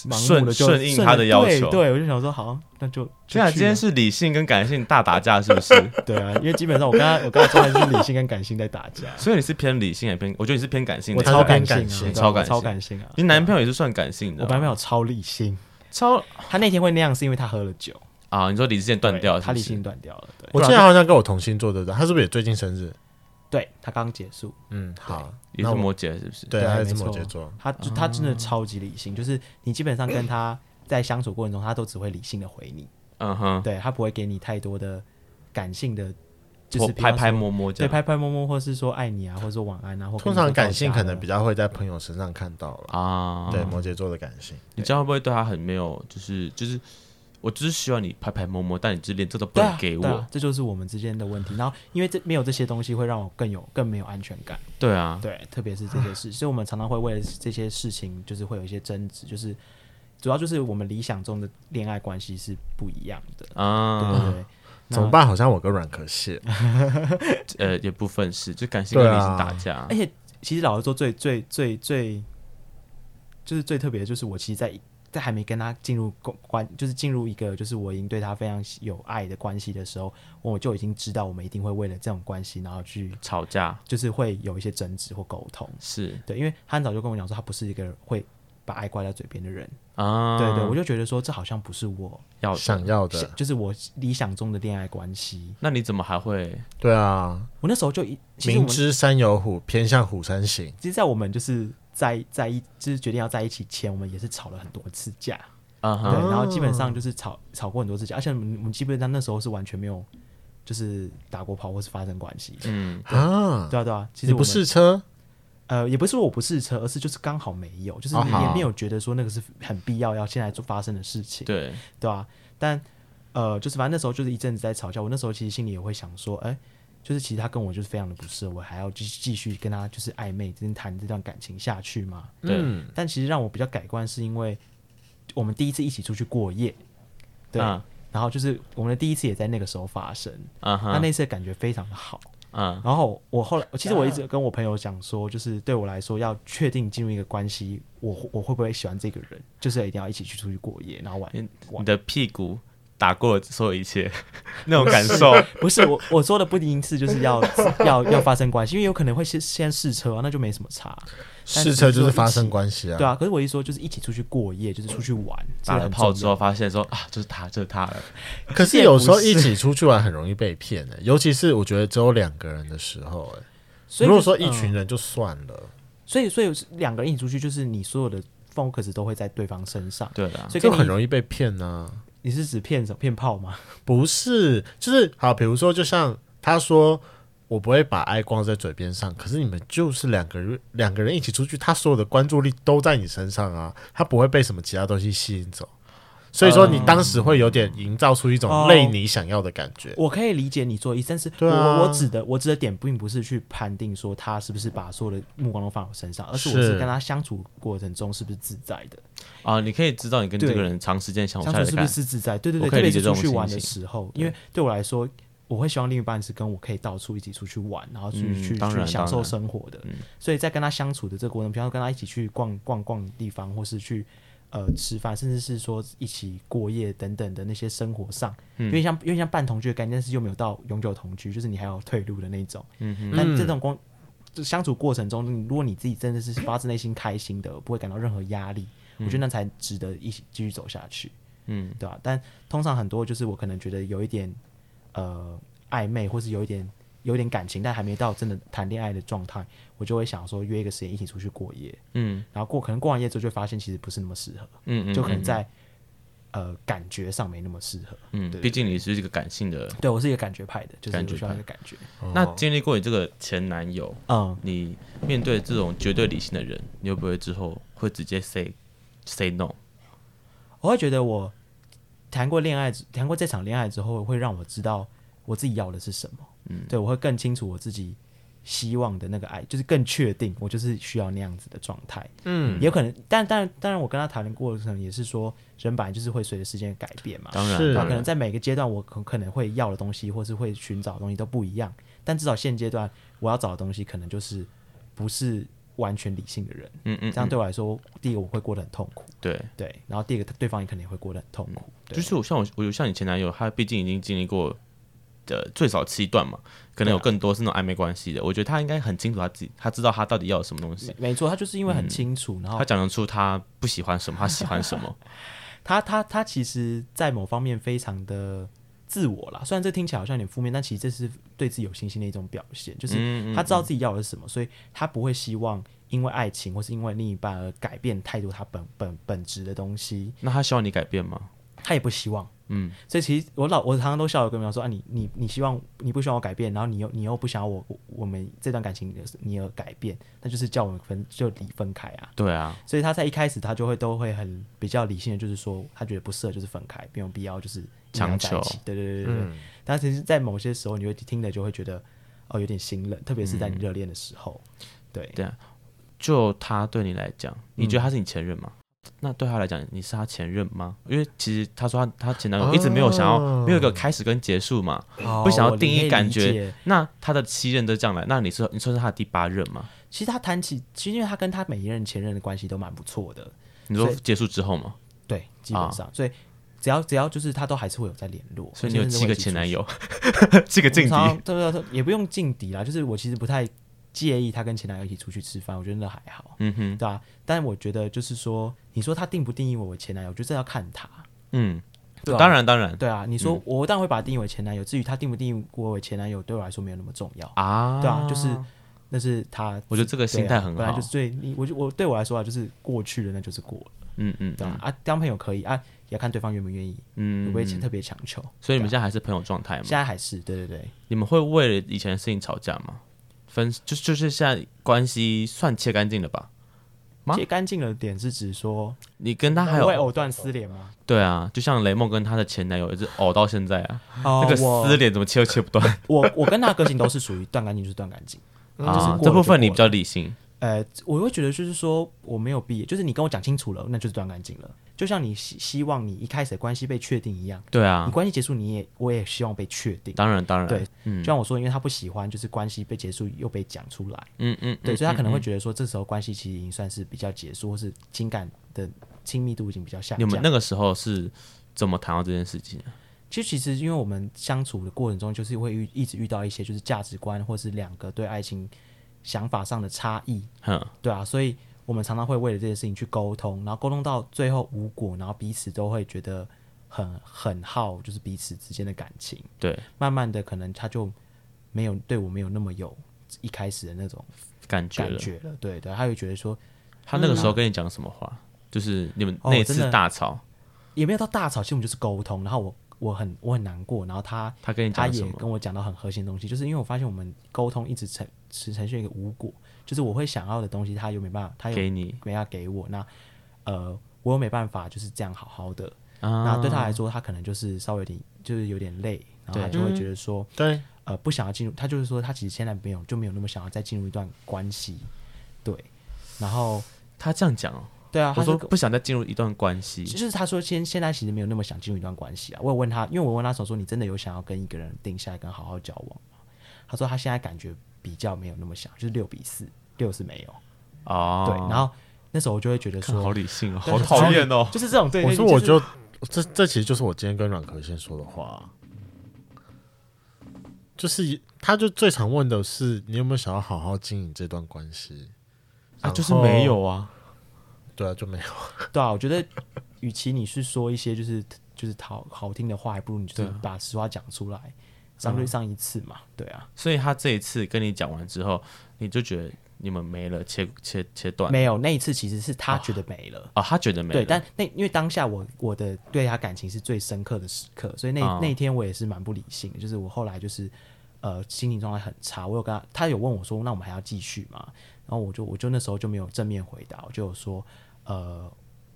盲目的就
顺顺应他的
顺
要
对
求
对，我就想说好，那就就
天啊，
去
今天
了
是理性跟感性大打架，是不 [laughs] 是？，
对啊，因为基本上我跟他我跟他状态就是理性跟感性在打架
所以你是偏理性还偏？我觉得你是偏感性
[laughs] 我
的。
他
超
偏
感性
感
啊
性
你知
超
道吗，
感
超
性
感性啊！
你男朋友也是算感性的
我
啊、
男朋友超理性，
超
他那天会那样是因为他喝了酒
啊！你说理智线断掉
对
是
他
不
理
是，
性断掉了。对，
我记得他好像跟我同星座对不对？他是不是也最近生日？
对他刚结束，
嗯，好，
也
那
是
我
摩羯，是不是？
对，
对
他也
没
是摩
错
羯座。
他就他真的超级理性，就是你基本上跟他在相处过程中，他都只会理性的回你，
嗯哼，
对他不会给你太多的感性的，就是
我
比
拍
方
拍
说
摸摸这
对
样。
拍拍摸摸，或是说爱你啊，或者说晚安啊，或
通常感性可能比
较
较会在朋友身上看到了。
啊，
对，摩羯座的感性，
你这样会不会对他很没有？就是就是，我只是希望你拍拍摸摸，但你就连这都不
对
能
啊
给
对
我
啊。，这就是我们之间的问题。然后因为这没有这些东西，会让我更有更没有安全感。
对啊，
对，特别是这些事，所以我们常常会为了这些事情，就是会有一些争执，就是主要就是我们理想中的恋爱关系是不一样的。对
啊，
对对，那
怎么办？好像我跟软壳蟹，
呃，也部分是就感性
啊
跟理性打架
而。且其实老实说最，最最最就是最特别的就是我其实在，在还没跟他进入关关，就是进入一个就是我已经对他非常有爱的关系的时候，我就已经知道我们一定会为了这种关系，然后去 [laughs]
吵架
就是会有一些争执或沟通。
是
对，因为他很早就跟我讲说，他不是一个会把爱挂在嘴边的人。
嗯
啊，
对对，我就觉得说，这好像不是我
要的
想要
想
的，
就是我理想中的恋爱关系。
那你怎么还会
对啊，
我那时候就一其实我
明
们
知山有虎，偏向虎山行。
其实，在我们就是在在一就是决定要在一起前，我们也是吵了很多次架，
啊
对，
哈？
然后基本上就是吵吵过很多次架，而且我们我们基本上那时候是完全没有就是打过炮或是发生关系的，
嗯，
啊，
对啊对啊，其
你
实我
不
们
试车，
呃也不是说我不试车，而是就是刚好没有，就是
哦
你
好
也没有觉得说那个是很必要要现在做发生的事情，
对，
对啊，但呃就是反正那时候就是一阵子在吵架，我那时候其实心里也会想说，哎、就是其实他跟我就是非常的不适合，我还要继续继续跟他就是暧昧，跟谈这段感情下去吗？
对
嗯，
但其实让我比较改观，是因为我们第一次一起出去过夜，对，
啊
然后就是我们的第一次也在那个时候发生，
啊
那
嗯
哈，
那次的感觉非常的好。
嗯
然后我后来，其实我一直跟我朋友讲说，就是对我来说，要确定进入一个关系，我我会不会喜欢这个人，就是一定要一起去出去过夜，然后玩。
你你的屁股打过所有一切， [laughs] 那种感受，
不是我 [laughs] 我说的不一定是就是要 [laughs] 要要发生关系，因为有可能会先先试车啊，那就没什么差，但
试车就是发
一
生
起
关系啊。
对啊。可是我一说就是一起出去过夜，就是出去玩，这
打
个
了
很
炮
重
之
要
后发现说啊，就是他，就是他了。
可是有时候一起出去玩很容易被骗的、尤其是我觉得只有两个人的时候、欸，
所以
如果
就
说
是
一
嗯
群人就算了，
所以，所以两个人一起出去，就是你所有的 focus 都会在对方身上，
对啦，
所以
就
跟你
啊很容易被骗啊呢、
你是指骗什么骗炮吗？
不是，就是好，比如说，就像他说，我不会把爱挂在嘴边上，可是你们就是两个人，两个人一起出去，他所有的关注力都在你身上啊，他不会被什么其他东西吸引走。所以说，你当时会有点营造出一种
哦
类你想要的感觉。
我可以理解你做的意思，但是我、
对啊
我我指的我指的点并不是去判定说他是不是把所有的目光都放我身上，而是我
是
是跟他相处过程中是不是自在的，
啊，你可以知道你跟这
对
个人长时间相处
相
下
处
来的
是不
感
是自在？对对
我
对，
可以
特
理
别
解
是出
这
去
种
玩
心
的
情
时候，因为对我来说，我会希望另一半是跟我可以到处一起出去玩，然后去、
嗯
去
当然
去享
当
受
然嗯
生活的。所以在跟他相处的这个过程，比方说跟他一起去逛逛逛地方，或是去呃吃饭，甚至是说一起过夜等等的那些生活上，因
嗯
为像因为像半同居的概念，但是又没有到永久同居，就是你还有退路的那种。嗯但这种光。就相处过程中，你如果你自己真的是发自内心开心的，不会感到任何压力，我觉得那才值得一起继续走下去。
嗯，
对吧、但通常很多就是我可能觉得有一点呃暧昧，或是有一点有一点感情，但还没到真的谈恋爱的状态，我就会想说约一个时间一起出去过夜，
嗯
然后过可能过完夜之后就会发现其实不是那么适合，
嗯嗯，
就可能
嗯
在、呃感觉上没那么适合。
嗯，
对
毕竟你是一个感性的人。
对我是一个感觉派的，就是
感觉
我需要
派
一个感觉。
那经历过你这个前男友，
嗯，
你面对这种绝对理性的人，你会不会之后会直接 say say no？
我会觉得我谈过恋爱之，谈过这场恋爱之后，会让我知道我自己要的是什么。嗯，对我会更清楚我自己希望的那个爱，就是更确定我就是需要那样子的状态。
嗯，
也有可能，但但当然，我跟他谈的过程也是说，人本来就是会随着时间改变嘛。
当然，
是
那
当
可能
然，
在每个阶段，我可可能会要的东西，或是会寻找的东西都不一样。但至少现阶段，我要找的东西可能就是不是完全理性的人。
嗯嗯，
这样
嗯
对我来说，第一个我会过得很痛苦，
对。
对。然后第二个，对方也可能也会过得很痛苦，对
就是我像我，我有像你前男友，他毕竟已经经历过呃最少七段嘛，可能有
对啊
更多是那种暧昧关系的。我觉得他应该很清楚他自己，他知道他到底要什么东西
没，没错，他就是因为很清楚，然
嗯
后
他讲得出他不喜欢什么，他喜欢什
[laughs]
么。
他他他其实，在某方面非常的自我啦。虽然这听起来好像有点负面，但其实这是对自己有信心的一种表现，
嗯
就是他知道自己要的是什么，所以他不会希望因为爱情或是因为另一半而改变太多他本本本质的东西，
那他希望你改变吗？
他也不希望。
嗯，
所以其实我老我常常都笑着跟朋友说啊，你你你希望你不希望我改变，然后你又你又不想要我我我们这段感情你而改变，那就是叫我们分就离分开啊。
对啊，
所以他在一开始他就会都会很比较理性的，就是说他觉得不适合就是分开，没有必要就是硬要在一起
强求嗯
对对对对对。但其实，在某些时候，你会听的就会觉得哦有点心冷，特别是在你热恋的时候。对，
对啊。就他对你来讲，
嗯
你觉得他是你前任吗？那对他来讲，你是他前任吗？因为其实他说他他前男
啊
友一直没有想要、没有一个开始跟结束嘛。
哦
不想要
我
定义
可以理
感觉
解。
那他的七任都这样来，那你说你说是他的第八任吗？
其实他谈起，其实因为他跟他每一任前任的关系都蛮不错的，
你说
所以
结束之后吗？
对，基本上，所以只要只要就是他都还是会有在联络，
啊所以你有
甚至
七
会
个
一起
前
出
男
去
友， [laughs] 七个劲敌
常常，对对对，也不用劲敌啦，就是我其实不太介意他跟前男友一起出去吃饭，我觉得那还好，
嗯哼，
对啊。但我觉得就是说，你说他定不定义我为前男友，我觉得这要看他，
嗯，
对啊
当然当然
对啊。你
嗯
说我当然会把他定义为前男友，至于他定不定义我为前男友，对我来说没有那么重要，
啊，
对啊，就是那是他。
我觉得这个
对啊
心态很
本来
好
就是，对你，我就我对我来说啊，就是过去的那就是过了，
嗯嗯
对啊，啊当朋友可以啊，也要看对方愿不愿意，
嗯
会不会前
嗯，
特别强求。
所以你们现在还是朋友状态
现
嘛？
在还是对对对，
你们会为了以前的事情吵架吗？分就就是现在关系算切干净了吧？吗
切干净的点是指说
你跟他还
会
有
藕断丝连吗？
对啊，就像雷梦跟他的前男友一直呕到现在啊，
哦
那个
我
撕脸怎么切都切不断
[laughs] 我我跟他的个性都是属于断干净就是断干净，嗯就是
啊
过。了
这部分
就
你
过
比较理性，
呃，我会觉得就是说我没有必就是你跟我讲清楚了，那就是断干净了。就像你希希望你一开始的关系被确定一样，
对啊
你，关系结束你也我也希望被确定。
当然当然，
嗯对，
嗯
就像我说，因为他不喜欢就是关系被结束又被讲出来，
嗯嗯，
对，
嗯
所以他可能
嗯
会觉得说这时候关系其实已经算是比较结束，或是情感的亲密度已经比较下
你们
降。
那个时候是怎么谈到这件事情的？啊
其实，其实因为我们相处的过程中，就是会遇一直遇到一些就是价值观或是两个对爱情想法上的差异，
哼，
对啊，所以我们常常会为了这件事情去沟通，然后沟通到最后无果，然后彼此都会觉得很很耗，就是彼此之间的感情。
对，
慢慢的，可能他就没有对我没有那么有一开始的那种
感觉
感
了。
觉了，对对，啊他会觉得说
他那个时候跟你讲什么话？就是你们
嗯哦
那
真
次
的
大吵，
也没有到大吵，其实我们就是沟通，然后我我很我很难过，然后他
他跟你
他
讲什
也
么？
跟我讲到很核心的东西，就是因为我发现我们沟通一直呈是呈现一个无果，就是我会想要的东西，他又没办法，他又
给你
没办法给我，那呃，我又没办法就是这样好好的。
啊
那对他来说，他可能就是稍微有点就是有点累，然后他
对
就会觉得说，
对，
呃，不想要进入，他就是说他其实现在没有就没有那么想要再进入一段关系，对，然后
他这样讲哦，
对啊，
我
他
说
就
不想再进入一段关
就
系，
是他说现现在其实没有那么想进入一段关系啊。我有问他，因为我问他时候说，你真的有想要跟一个人定下来跟好好交往吗？他说他现在感觉比较没有那么想，就是六比四，六是没有。
哦，
对，然后那时候我就会觉得
看好
说，
理性哦，好
但是
讨厌哦，
就是这种对，
我
对
说我
是
就这这其实就是我今天跟阮可先说的话，就是他就最常问的是你有没有想要好好经营这段关系
啊，就是没，
然后
有啊，
对啊，就没有，
对啊，我觉得与其你是说一些就是就是好好听的话，还不如你就
对
是
啊
把实话讲出来，上对上一次嘛，对啊，
所以他这一次跟你讲完之后，你就觉得
你们没了，切切切断
没有那一次其实是他觉得没了。
啊、他觉得没了，
对，但那因为当下我我的对他感情是最深刻的时刻，所以那、
哦
那一天我也是蛮不理性的，就是我后来就是呃心情状态很差，我有跟他他有问我说，那我们还要继续吗？然后我就我就那时候就没有正面回答，我就有说呃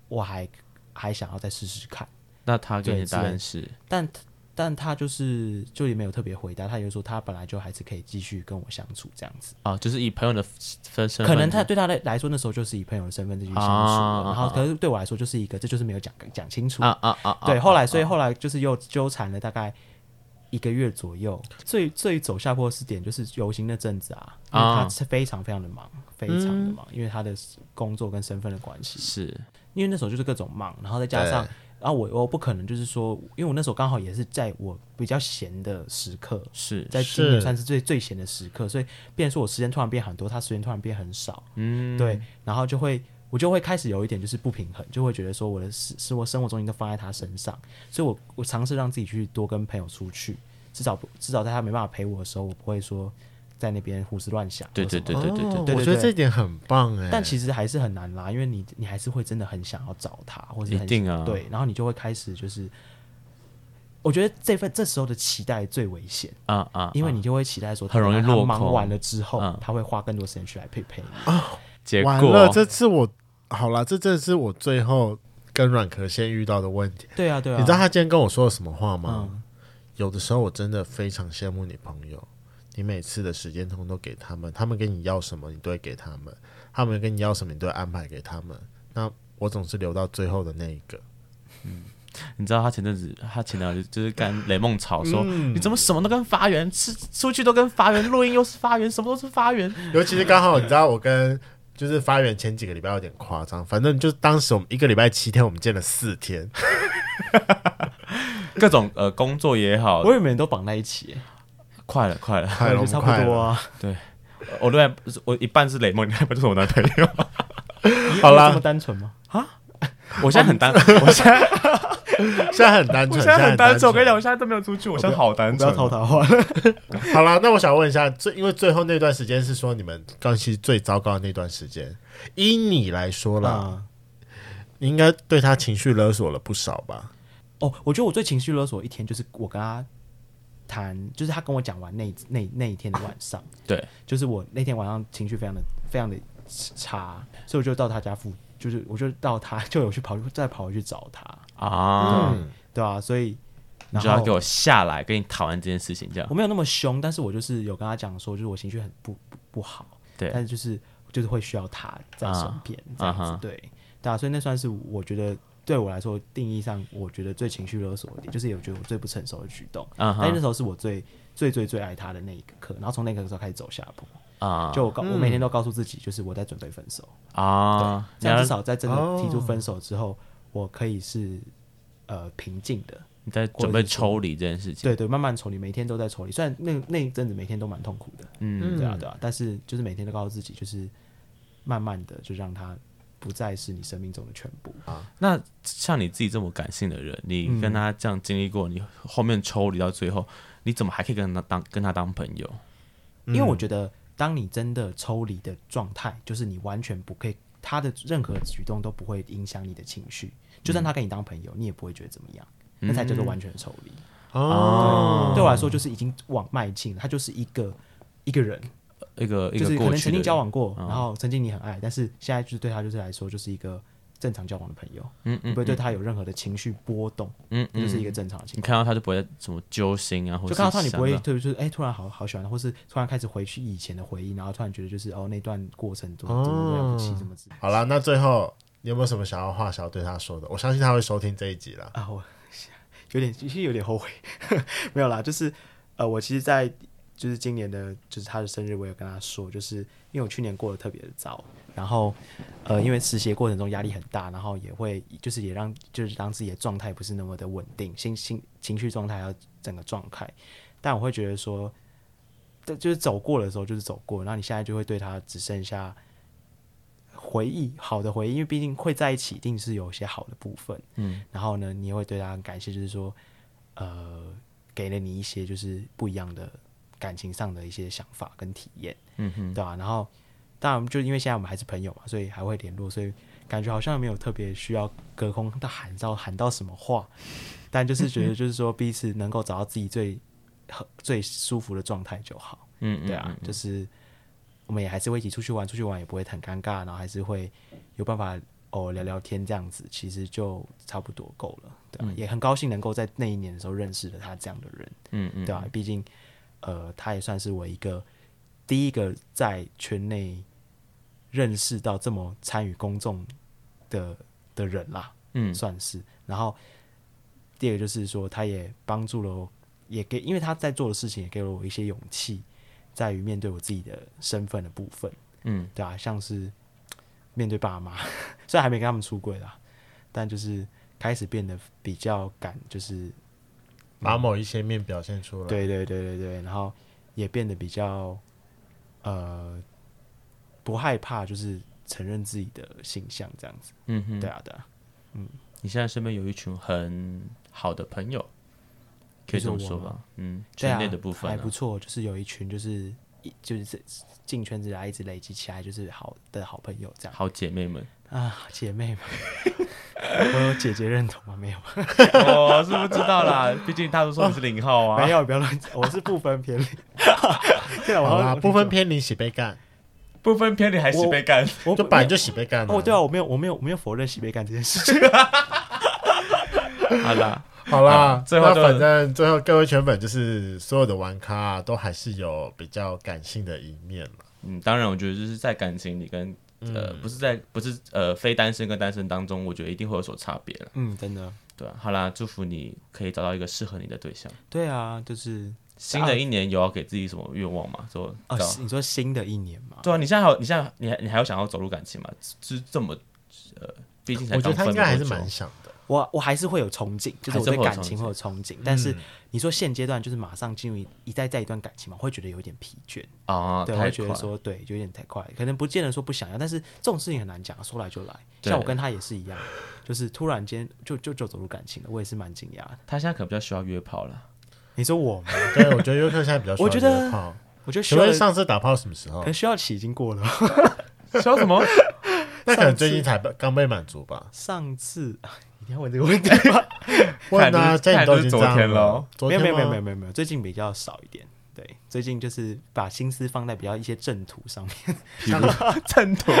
我还还想要再试试看，
那他给你的
对之
答
类
案是
但但他就是就也没有特别回答，他就说他本来就还是可以继续跟我相处这样子。
啊，就是以朋友的分身份，
可能他对他来来说，那时候就是以朋友的身份继续相处
啊
了，然后可是对我来说就是一个，这就是没有讲讲清楚。
啊啊啊，啊
对，后来
啊
所以
啊
后来就是又纠缠了大概一个月左右。最最走下坡的是点就是游行那阵子啊，因为
啊嗯
他是非常非常的忙，非常的忙，因为他的工作跟身份的关系。
是
因为那时候就是各种忙，然后再加上，然后我我不可能就是说，因为我那时候刚好也是在我比较闲的时刻，
是
在今年
是
算是最最闲的时刻，所以变成说我时间突然变很多，他时间突然变很少，嗯，对，然后就会我就会开始有一点就是不平衡，就会觉得说我的生生活生活重心都放在他身上，所以我我尝试让自己去多跟朋友出去，至少不至少在他没办法陪我的时候，我不会说在那边胡思乱想，
对对对对对对
哦
对，
我觉得这一点很棒哎。
但其实还是很难啦，因为你你还是会真的很想要找他，或者
一定啊
对，然后你就会开始就是，我觉得这份这时候的期待最危险，
啊啊，
因为
啊
你就会期待说，
很容易
当他
落
忙
空
完了之后，
嗯
他会花更多时间去来陪陪你。
结
完了，
果
这次我好啦，这真的是我最后跟软壳先遇到的问题。
对啊，对啊，
你知道他今天跟我说了什么话吗？
嗯，
有的时候我真的非常羡慕你朋友，你每次的时间通通都给他们，他们跟你要什么你都会给他们，他们跟你要什么你都会安排给他们。那我总是留到最后的那一个。
你知道他前阵子他前两日就是跟雷梦吵说，
嗯
你怎么什么都跟发源，吃出去都跟发源，录音又是发源，什么都是发源，
尤其是刚好你知道我跟就是发源前几个礼拜有点夸张，反正就是当时我们一个礼拜七天，我们见了四
[laughs]
天，
各种呃工作也好，
我也每人都绑在一起，
快了 [laughs] 快了，
快了
我觉得差不多啊。
我另外我一半是雷梦，另外一半就是我男朋友，
[laughs] 你
好啦
你有这么单纯吗？
[laughs] 我现在很 [laughs] 单，我现在
现在很单纯，
我现在很单纯，我跟你
纯
讲，我现在都没有出去，我现在好单
不
纯
要，偷桃花，
好啦，那我想问一下，最因为最后那段时间是说你们关系最糟糕的那段时间，依你来说啦，
嗯
你应该对他情绪勒索了不少吧？
哦，我觉得我最情绪勒索的一天就是我跟他谈，就是他跟我讲完那一那那一天的晚上。
[laughs] 对，
就是我那天晚上情绪非常的非常的差，所以我就到他家附，就是我就到他就有去跑再跑回去找他，
啊，
对啊，所以
你
然
就要
后
给我下来，跟你讨论这件事情，这样
我没有那么凶，但是我就是有跟他讲说，就是我情绪很不不不好，
对
但是就是就是会需要他在身边、这样子，
啊哈
对，对啊，所以那算是我觉得对我来说定义上，我觉得最情绪勒索的点，就是也我觉得我最不成熟的举动，
啊哈
但是那时候是我最最最最爱他的那一刻，然后从那个时候开始走下坡，
啊
就我告、我每天都告诉自己，就是我在准备分手。
啊，你
这样
要
至少在真的提出分手之后，我可以是呃平静的，
你在准备抽离这件事情，
对对，慢慢处理，每天都在处理。虽然那那一阵子每天都蛮痛苦的，嗯，对啊对啊，但是就是每天都告诉自己，就是慢慢的就让它不再是你生命中的全部。
那像你自己这么感性的人，
嗯
你跟他这样经历过，你后面抽离到最后，你怎么还可以跟他当跟他当朋友？
因为我觉得，当你真的抽离的状态，就是你完全不可以，他的任何举动都不会影响你的情绪，就算他跟你当朋友，你也不会觉得怎么样，那才叫做完全抽离。
哦，
对我来说，就是已经往迈进了，他就是一个一个人，
一个一
就是
个
可
过
能
去的
曾经
人哦
交，往过，然后曾经你很爱，但是现在就是对他就是来说就是一个正常交往的朋友，嗯嗯，不会对他有任何的情绪波动，
嗯
这就是
嗯，
一个正常的情
你
况。
看到他就不会什么揪心啊，或
就
者
看到他，你不会
想到
特别就是哎、突然好好喜欢他，或是突然开始回去以前的回忆，然后突然觉得就是哦那段过程多么多么了不
哦
起，怎么之类
好啦，那最后你有没有什么想要话想要对他说的？我相信他会收听这一集啦。
啊，我有点其实有点后悔， [laughs] 没有啦，就是呃，我其实在，就是今年的，就是他的生日，我有跟他说，就是因为我去年过得特别的糟，然后呃，因为实习的过程中压力很大，然后也会就是也让就是让自己的状态不是那么的稳定，心心情绪状态还有整个状态，但我会觉得说，这就是走过的时候就是走过，然后你现在就会对他只剩下。回忆好的回忆，因为毕竟会在一起，一定是有一些好的部分。然后呢，你也会对他很感谢，就是说，呃，给了你一些就是不一样的感情上的一些想法跟体验，嗯哼，对吧、然后当然，就因为现在我们还是朋友嘛，所以还会联络，所以感觉好像没有特别需要隔空的喊到喊到什么话，但就是觉得就是说彼此能够找到自己最合最舒服的状态就好。
嗯，嗯
对啊，就，是我们也还是会一起出去玩，出去玩也不会很尴尬，然后还是会有办法偶尔聊聊天这样子，其实就差不多够了。对、啊，也很高兴能够在那一年的时候认识了他这样的人。
嗯嗯，
对啊，毕竟呃，他也算是我一个第一个在圈内认识到这么参与公众的的人啦，
嗯，
算是。然后第二个就是说，他也帮助了我，也给，因为他在做的事情也给了我一些勇气，在于面对我自己的身份的部分，
嗯
对啊，像是面对爸妈， [laughs] 虽然还没跟他们出柜啦，但就是开始变得比较敢，就是
把某一些面表现出来。，
啊
对对对对对，然后也变得比较呃不害怕，就是承认自己的形象这样子。
嗯哼，
对啊对啊，
你现在身边有一群很好的朋友，可以这么
你说
说
我吗
吧？嗯，
对
圈
啊
内的部分啊
还不错，就是有一群就是一就是这进圈子来啊一直累积起来，就是好的好朋友这样
好姐妹们，
啊，
[laughs]
姐妹们，我有姐姐认同吗？没有，
我是不知道啦，毕竟大多数你是零号啊
[laughs] 没，有，不要乱讲，我是不分偏离。 [laughs] 对啊，我
好
好
啦，
像
不分偏离喜被干，
不分偏离还是被干，
我
就本来就喜被干、
哦，对啊，我没有，我没有，我没有否认喜悲感这件事情。
[laughs] 好啦，
好啦，
最后
那
就
反正最后各位圈粉就是所有的玩咖、啊、都还是有比较感性的一面嘛。
嗯，当然，我觉得就是在感情里跟呃，不是在不是呃非单身跟单身当中，我觉得一定会有所差别了，
嗯，真的，
对啊，好啦，祝福你可以找到一个适合你的对象。
对啊，就是
新的一年有要给自己什么愿望吗？说
哦
找，
你说新的一年嘛，
对啊，你现在还有，你现在你还你还有想要走入感情吗？就是这么呃，毕竟才
我
刚
觉得他
分
应
没
该还是
多久
蛮想的。
我我还是会有憧憬，就是我对感情会有憧憬，但是
嗯
你说现阶段就是马上进入一一再再一段感情嘛，我会觉得有点疲倦，
啊，
对，我
太
会觉得
快
说对，就有点太快，可能不见得说不想要，但是这种事情很难讲，说来就来。
对
像我跟他也是一样，就是突然间就就就走入感情了，我也是蛮惊讶的。
他现在可能比较需要约炮了。
你说我吗？
对，我觉得优克现在比较
我觉
需要
得
约炮。
我就需
请
要
问，上次打炮什么时候
可？能需要期已经过了。
需要什么？
那可能最
上
近
次
才被刚被满足吧？
上次你定要问这个问题吗？
问
看
啊，
来
现在你都
看来
已经
就是
这样
昨天
了
咯，
昨
没有
天
没有没
吗
有没有没有没有，最近比较少一点。对，最近就是把心思放在比较一些正途上面，
正途，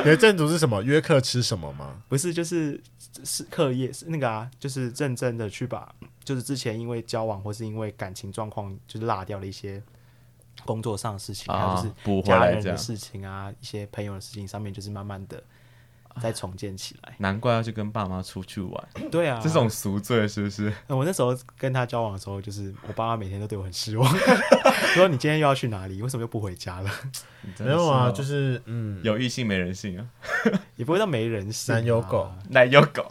你的正主是什么？约克吃什么吗？
不是就是是课业是那个啊，就是认真的去把，就是之前因为交往或是因为感情状况就是落掉了一些工作上的事情，还有
啊
就是
补回
家
来
人
这
的
样
事情啊，一些朋友的事情上面，就是慢慢的再重建起来。
难怪要去跟爸妈出去玩，
对啊，
这种赎罪是不是？ [laughs]
呃我那时候跟他交往的时候，就是我爸妈每天都对我很
[laughs]
失望，说你今天又要去哪里？为什么又不回家了？
你真
没
的是
有啊，
哦
就是嗯，
有异性没人性啊，
也不会到没人性、啊。
男友狗，
奶油狗。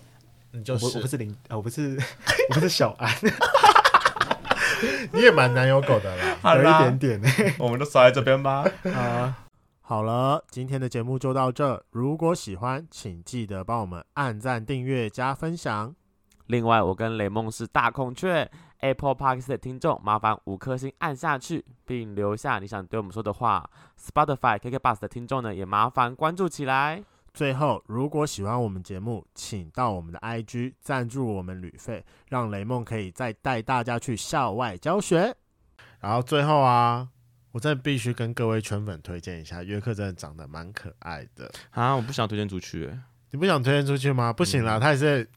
你
我
就
不我不
是
是林，呃，我不是 [laughs] 我不是小安，
你也蛮男友狗的啦。
好
有一
啦
点，点呢、
[laughs] 我们都刷在这边吧。
啊，
好了，今天的节目就到这。如果喜欢，请记得帮我们按赞、订阅、加分享。
另外，我跟雷梦是大孔雀 Apple Park 的听众，麻烦五颗星按下去，并留下你想对我们说的话。Spotify KK Bus 的听众呢，也麻烦关注起来。
最后，如果喜欢我们节目，请到我们的 IG 赞助我们旅费，让雷梦可以再带大家去校外教学。然后最后啊，我真的必须跟各位圈粉推荐一下，约克真的长得蛮可爱的。
啊，我不想推荐出去欸。
你不想推荐出去吗？不行啦，他也是，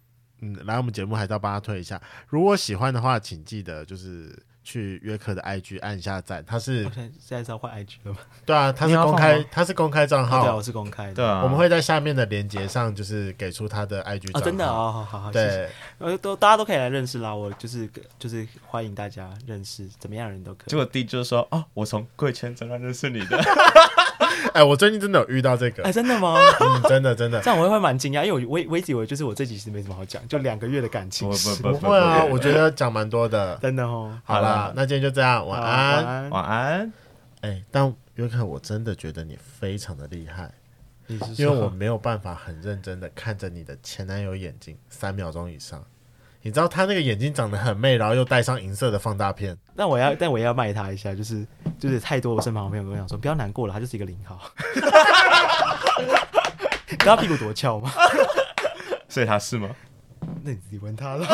嗯，来我们节目还是要帮他推一下。如果喜欢的话，请记得就是去约克的 IG 按一下赞。他是
我现在现在是要换 IG 了吗？
对啊，他是
要
公
放
开
吗，
他是公开账
哦，对啊，
号
我，是公开的。
对啊，
我们会在下面的链接上就是给出他的 IG 账号。
哦，真的哦，好好好，谢谢。
对，
呃，都大家都可以来认识啦，我就是就是欢迎大家认识，怎么样的人都可以。
结果弟就是说哦，我从贵圈转来认识你的。
哎，我最近真的有遇到这个
哎、，真的
[laughs]
吗？
嗯，真的真的
这样我会蛮惊讶，因为我我我一直以为就是我这集其实没什么好讲，就两个月的感情
不
史，
不
[laughs] 不
不
会啊，
不
我觉得讲蛮多的。
真的哦。
好啦
好，
那今天就这样，晚
好晚
安。
[laughs]
安。
晚安。
哎，但约克，我真的觉得你非常的厉害。
你是哦
因为
说
我没有办法很认真的看着你的前男友眼睛三秒钟以上。你知道他那个眼睛长得很媚，然后又戴上银色的放大片，
但我要，但我要卖他一下，就是就是太多我身旁的朋友跟我讲说，不要难过了，他就是一个零号。
[laughs]
[laughs] 你知道他屁股多翘吗？ [laughs]
所以他是吗？
那你自己问他了。